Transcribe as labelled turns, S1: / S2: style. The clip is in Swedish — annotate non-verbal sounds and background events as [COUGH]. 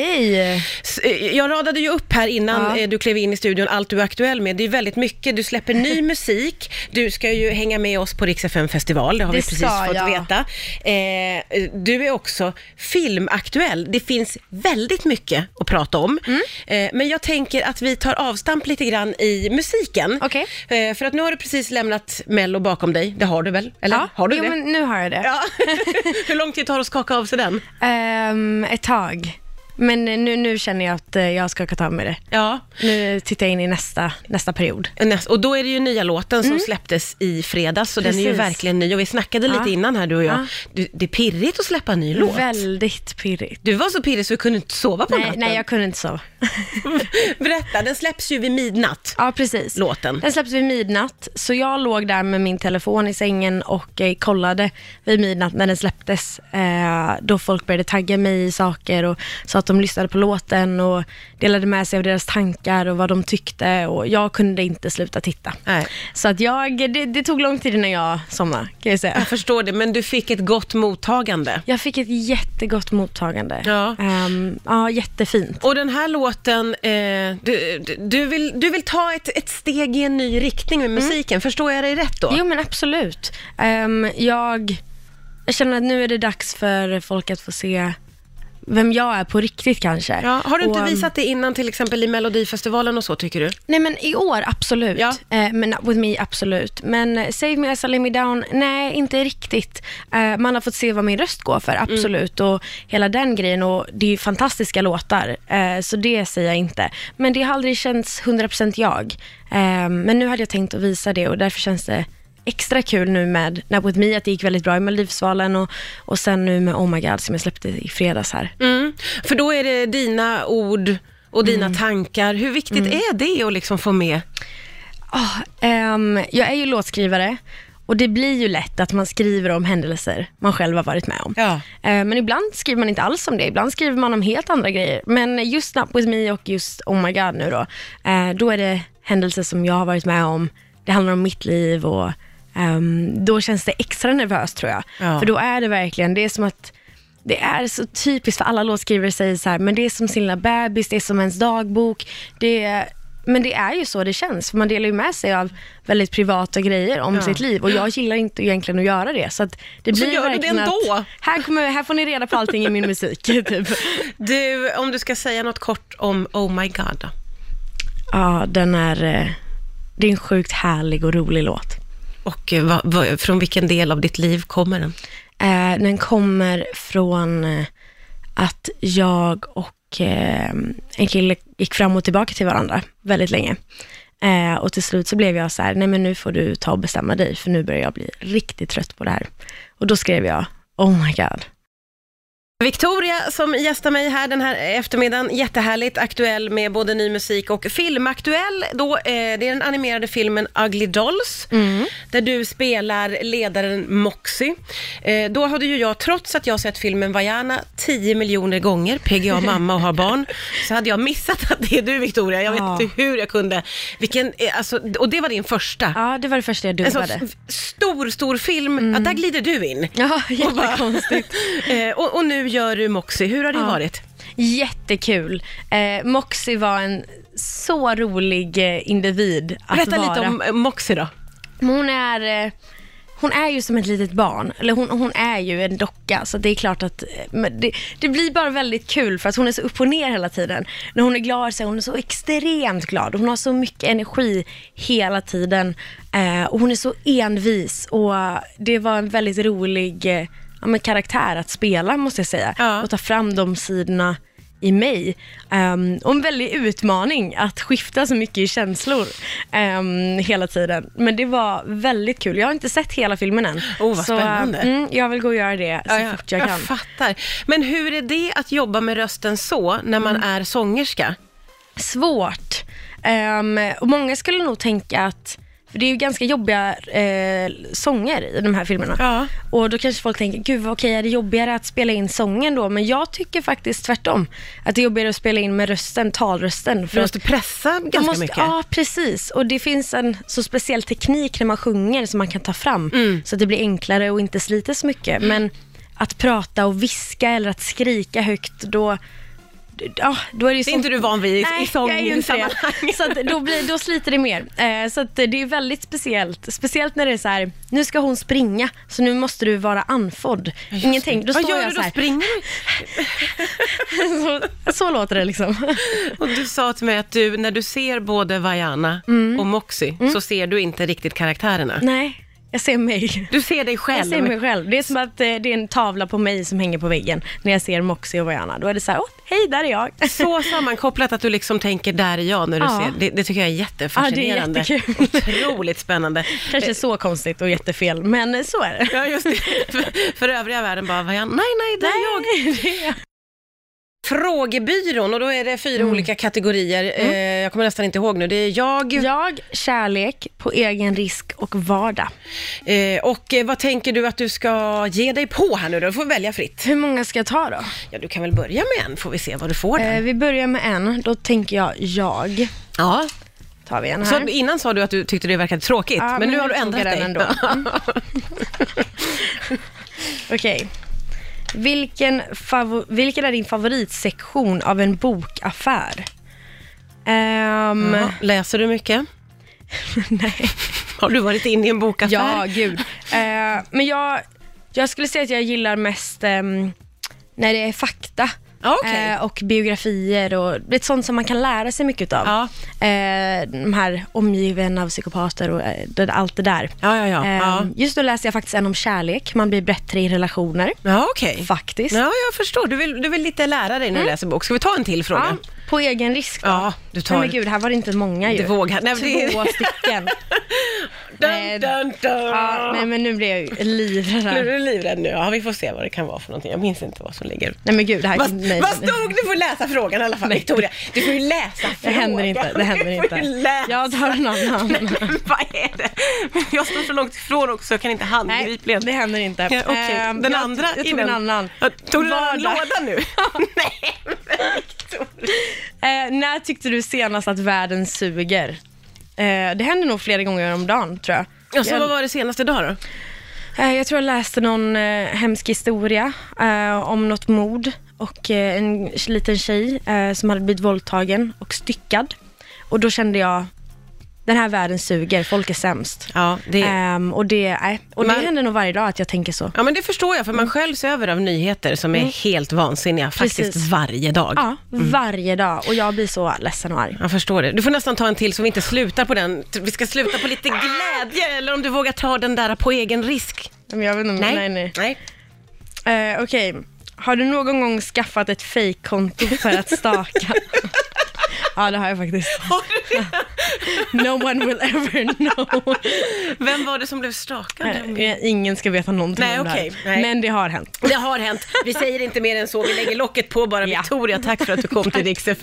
S1: Hej!
S2: S- eh, Jag radade ju upp här innan
S1: Ja.
S2: eh, du klev in i studion allt du är aktuell med. Det är väldigt mycket. Du
S1: [LAUGHS]
S2: släpper ny musik. Du ska ju hänga med oss på Rix FM festival, det har vi
S1: Det
S2: precis
S1: ska
S2: fått
S1: jag.
S2: veta. Eh, du är också filmaktuell. Det finns väldigt mycket att prata om.
S1: Mm.
S2: Eh, men jag tänker att vi tar avstamp lite grann i musiken.
S1: Okej.
S2: Eh, för att nu har du precis lämnat Mello bakom dig. Det har du väl? Eller
S1: Ja,
S2: har du
S1: jo,
S2: det?
S1: men nu har jag det.
S2: Ja. [LAUGHS] Hur lång tid tar det att skaka av sig den?
S1: [LAUGHS] Ehm, ett tag. Men nu, nu känner jag att eh, jag ska ta med det.
S2: Ja.
S1: Nu tittar jag in i nästa, nästa period.
S2: Näst, och då är det ju nya låten som släpptes i fredags, så den är ju
S1: Mm. Precis.
S2: verkligen ny. Och vi snackade lite
S1: Ja.
S2: innan här du och jag.
S1: Ja.
S2: Du, det är pirrigt att släppa en ny låt.
S1: Väldigt pirrigt.
S2: Du var så pirrig så du kunde inte sova på
S1: Nej,
S2: natten.
S1: nej, jag kunde inte sova.
S2: [LAUGHS] Berätta, den släpps ju vid midnatt,
S1: Ja, precis.
S2: låten.
S1: Den släpptes vid midnatt, så jag låg där med min telefon i sängen och eh, kollade vid midnatt när den släpptes. Eh, då folk började tagga mig i saker och sa att de lyssnade på låten och delade med sig av deras tankar och vad de tyckte och jag kunde inte sluta titta.
S2: Nej.
S1: Så att jag, det, det tog lång tid innan jag somnade kan jag
S2: [LAUGHS]
S1: säga.
S2: Jag förstår det, men du fick ett gott mottagande.
S1: Jag fick ett jättegott mottagande.
S2: Ja.
S1: Ehm, ja jättefint.
S2: Och den här låten, eh, du, du- du, vill, du vill ta ett, ett steg i en ny riktning med musiken. Förstår jag dig rätt då?
S1: Mm. Jo men absolut. Ehm, jag, jag känner att nu är det dags för folk att få se vem jag är på riktigt kanske.
S2: Ja, har du inte
S1: Och, ehm,
S2: visat det innan till exempel i Melodifestivalen och så tycker du?
S1: Nej men i år, absolut.
S2: Ja.
S1: Eh, men Not With Me, absolut. Men eh, Save Me, Assa, Lay Me Down, nej inte riktigt. Eh, man har fått se vad min röst går för, absolut. Och hela den grejen och det är ju fantastiska låtar. Eh, så det säger jag inte. Men det har aldrig känts 100% jag. Eh, men nu hade jag tänkt att visa det och därför känns det extra kul nu med Not With Me, att det gick väldigt bra i Melodifestivalen och, och sen nu med Oh My God som jag släppte i fredags här.
S2: Mm. För då är det dina ord och dina tankar. Hur viktigt är det att liksom få med?
S1: Ah, ehm, jag är ju låtskrivare och det blir ju lätt att man skriver om händelser man själv har varit med om.
S2: Ja.
S1: Eh, men ibland skriver man inte alls om det, ibland skriver man om helt andra grejer. Men just Snap With Me och just Oh My God nu då, eh, då är det händelser som jag har varit med om. Det handlar om mitt liv och ehm, då känns det extra nervöst tror jag.
S2: Ja.
S1: För då är det verkligen, det är som att det är så typiskt för alla låtskrivare säger så här, men det är som sin lilla bebis, det är som ens dagbok. Det är, men det är ju så det känns, för man delar ju med sig av väldigt privata grejer om
S2: Ja.
S1: sitt liv och jag gillar inte egentligen att göra det. Så att det
S2: Så
S1: blir
S2: gör du det
S1: verkligen
S2: ändå?
S1: Att, här, kommer, här får ni reda på allting i min musik. [LAUGHS] Typ.
S2: Du, om du ska säga något kort om Oh My God då.
S1: Ja, den är, eh, det är en sjukt härlig och rolig låt.
S2: Och eh, vad- vad- från vilken del av ditt liv kommer den?
S1: Eh, den kommer från eh, att jag och eh, en kille gick fram och tillbaka till varandra väldigt länge. Eh, och till slut så blev jag så här, nej men nu får du ta och bestämma dig, för nu börjar jag bli riktigt trött på det här. Och då skrev jag, oh my god.
S2: Victoria som gästar mig här den här eftermiddagen, jättehärligt, aktuell med både ny musik och filmaktuell. Då, eh, det är den animerade filmen Ugly Dolls,
S1: Mm.
S2: där du spelar ledaren Moxie. Eh, då hade ju jag, trots att jag sett filmen Vajana 10 miljoner gånger, PGA mamma och har barn, så hade jag missat att det är du Victoria. Jag vet
S1: Ja.
S2: inte hur jag kunde. Vilken, eh, alltså, och det var din första.
S1: Ja, det var det första jag
S2: En sån
S1: dubbade.
S2: f- stor, stor film. Ja, där glider du in.
S1: [LAUGHS] Ja,
S2: Och bara-
S1: jättekonstigt.
S2: [LAUGHS] Eh, och, och nu gör du Moxie. Hur har det
S1: Ja.
S2: varit?
S1: Jättekul. Eh, Moxie var en så rolig eh, individ att
S2: Berätta
S1: vara.
S2: lite om eh, Moxie då.
S1: Men hon är, eh, hon är ju som ett litet barn. Eller hon, hon är ju en docka, så det är klart att eh, men det, det blir bara väldigt kul för att hon är så upp och ner hela tiden. När hon är glad så är hon så extremt glad. Hon har så mycket energi hela tiden. Eh, och hon är så envis och eh, det var en väldigt rolig eh, ja, men karaktär att spela måste jag säga.
S2: Ja.
S1: Och ta fram de sidorna i mig. Ehm, och en väldig utmaning att skifta så mycket i känslor ehm, hela tiden. Men det var väldigt kul. Jag har inte sett hela filmen än.
S2: Oh, vad
S1: så, eh,
S2: spännande.
S1: mm, jag vill gå och göra det så fort jag kan.
S2: fattar. Men hur är det att jobba med rösten så, när man
S1: Mm.
S2: är sångerska?
S1: Svårt. Ehm, och många skulle nog tänka att för det är ju ganska jobbiga eh, sånger i de här filmerna.
S2: Ja.
S1: Och då kanske folk tänker, gud vad okej, är det jobbigare att spela in sången då? Men jag tycker faktiskt tvärtom. Att det är jobbigare att spela in med rösten, talrösten.
S2: Du
S1: För att
S2: måste pressa ganska
S1: Man måste-
S2: mycket.
S1: Ja, precis. Och det finns en så speciell teknik när man sjunger som man kan ta fram,
S2: Mm.
S1: så att det blir enklare och inte sliter så mycket. Men att prata och viska eller att skrika högt, då, ja, då är det ju
S2: Det är
S1: sånt-
S2: inte du van vid i,
S1: Nej,
S2: i sång
S1: jag är ju inte
S2: sammanhang.
S1: det. Så att då, blir, då sliter det mer. Eh, så att det är väldigt speciellt. Speciellt när det är så här, nu ska hon springa, så nu måste du vara andfådd. Ingenting. Då
S2: Vad
S1: står
S2: gör
S1: jag
S2: du
S1: så
S2: då?
S1: här.
S2: Springer du?
S1: [LAUGHS] så, så låter det liksom.
S2: [LAUGHS] Och du sa till mig att du, när du ser både Vaiana och Moxie, så ser du inte riktigt karaktärerna.
S1: Nej, jag ser mig.
S2: Du ser dig själv.
S1: Jag ser mig själv. Det är som att eh, det är en tavla på mig som hänger på väggen när jag ser Moxie och Vaiana. Då är det så här, åh, hej, där är jag. [LAUGHS]
S2: Så sammankopplat att du liksom tänker, där är jag när du
S1: Ja.
S2: ser. Det, det tycker jag är jättefascinerande.
S1: Ja, det är jättekul.
S2: [LAUGHS] Otroligt spännande.
S1: Kanske så konstigt och jättefel, men eh, så är det.
S2: Ja, just det. [LAUGHS] För, för övriga världen bara, Vaiana, nej, nej, där är jag.
S1: [LAUGHS] det är jag.
S2: Frågebyrån och då är det fyra olika kategorier. Eh, jag kommer nästan inte ihåg nu. Det är jag
S1: Jag, kärlek, på egen risk och vardag.
S2: eh, och eh, vad tänker du att du ska ge dig på här nu då? Du får välja fritt.
S1: Hur många ska jag ta då?
S2: Ja, du kan väl börja med en får vi se vad du får där.
S1: Eh, vi börjar med en, då tänker jag jag.
S2: ja.
S1: Tar vi en
S2: Så att
S1: här.
S2: innan sa du att du tyckte det verkade tråkigt,
S1: Ja,
S2: men, nu har du
S1: tog
S2: ändrat
S1: jag den
S2: dig. Mm.
S1: ändå.
S2: [LAUGHS]
S1: Mm. [LAUGHS] Okej. Vilken, favo- vilken är din favoritsektion av en bokaffär? Ehm,
S2: Ja. Mm. [LAUGHS] Läser du mycket?
S1: [LAUGHS] Nej.
S2: Har du varit inne i en bokaffär?
S1: Ja, gud. Eh, men jag, jag skulle säga att jag gillar mest ehm, när det är fakta.
S2: Ja, okej.
S1: Eh, och biografier och det är sånt som man kan lära sig mycket av.
S2: Ja.
S1: Eh, de här omgiven av psykopater och eh, det, allt det där.
S2: Ja, ja, ja.
S1: Ehm,
S2: ja.
S1: Just nu läser jag faktiskt en om kärlek. Man blir bättre i relationer,
S2: ja okej.
S1: faktiskt.
S2: Ja, jag förstår. Du vill, du vill lite lära dig när du läser bok. Ska vi ta en till
S1: Ja,
S2: fråga?
S1: på egen risk då.
S2: Ja, du tar...
S1: Nej, men gud, här var det inte många ju.
S2: Det vågar- nej, men det-
S1: Två stycken.
S2: Dun, dun, dun. [LAUGHS]
S1: Ja, nej, men nu blir jag ju
S2: Nu är
S1: livrädd.
S2: du livrädd nu. Ja, vi får se vad det kan vara för någonting. Jag minns inte vad som ligger.
S1: Nej men gud, det här
S2: Vad,
S1: nej,
S2: vad
S1: nej.
S2: stod det? får läsa frågan i alla fall, Victoria. Du får ju läsa
S1: Det
S2: frågan.
S1: händer inte, det händer
S2: Du får ju
S1: inte.
S2: läsa.
S1: Jag tar en annan.
S2: [LAUGHS] Nej, men vad är det? Men jag står så långt ifrån också, jag kan inte
S1: Nej,
S2: handgripligen.
S1: det händer inte.
S2: Ja, okej.
S1: Ehm,
S2: Den
S1: jag,
S2: andra
S1: Jag
S2: i
S1: tog en
S2: den.
S1: annan.
S2: Ja, Tog du en
S1: Vardag.
S2: låda
S1: [LAUGHS]
S2: nu? Nej, men Victoria.
S1: Eh, när tyckte du senast att världen suger? Eh, det händer nog flera gånger om dagen tror jag.
S2: Alltså,
S1: Jag-
S2: vad var det senaste idag då?
S1: Eh, Jag tror jag läste någon eh, hemsk historia eh, om något mord och eh, en liten tjej eh, som hade blivit våldtagen och styckad. Och då kände jag, den här världen suger, folk är sämst.
S2: Ja,
S1: Ehm, och det, nej. och det
S2: Men-
S1: händer nog varje dag att jag tänker så.
S2: Ja, men det förstår jag, för
S1: Mm.
S2: man sköljs över av nyheter som är helt vansinniga, faktiskt
S1: Precis.
S2: varje dag.
S1: Ja, varje dag. Och jag blir så ledsen och arg.
S2: Jag förstår det. Du får nästan ta en till så vi inte slutar på den. Vi ska sluta på lite glädje, eller om du vågar ta den där på egen risk.
S1: Men jag vet inte, nej, nej.
S2: nej.
S1: Eh, Okej, har du någon gång skaffat ett fejkkonto för att [LAUGHS] staka? ja, det har jag faktiskt. No one will ever know.
S2: Vem var det som blev stakad?
S1: Eh, Ingen ska veta någonting
S2: Nej,
S1: om det här.
S2: okej, nej.
S1: Men det har hänt.
S2: Det har hänt. Vi säger inte mer än så. Vi lägger locket på bara.
S1: Ja.
S2: Victoria, tack för att du kom till Rix FM.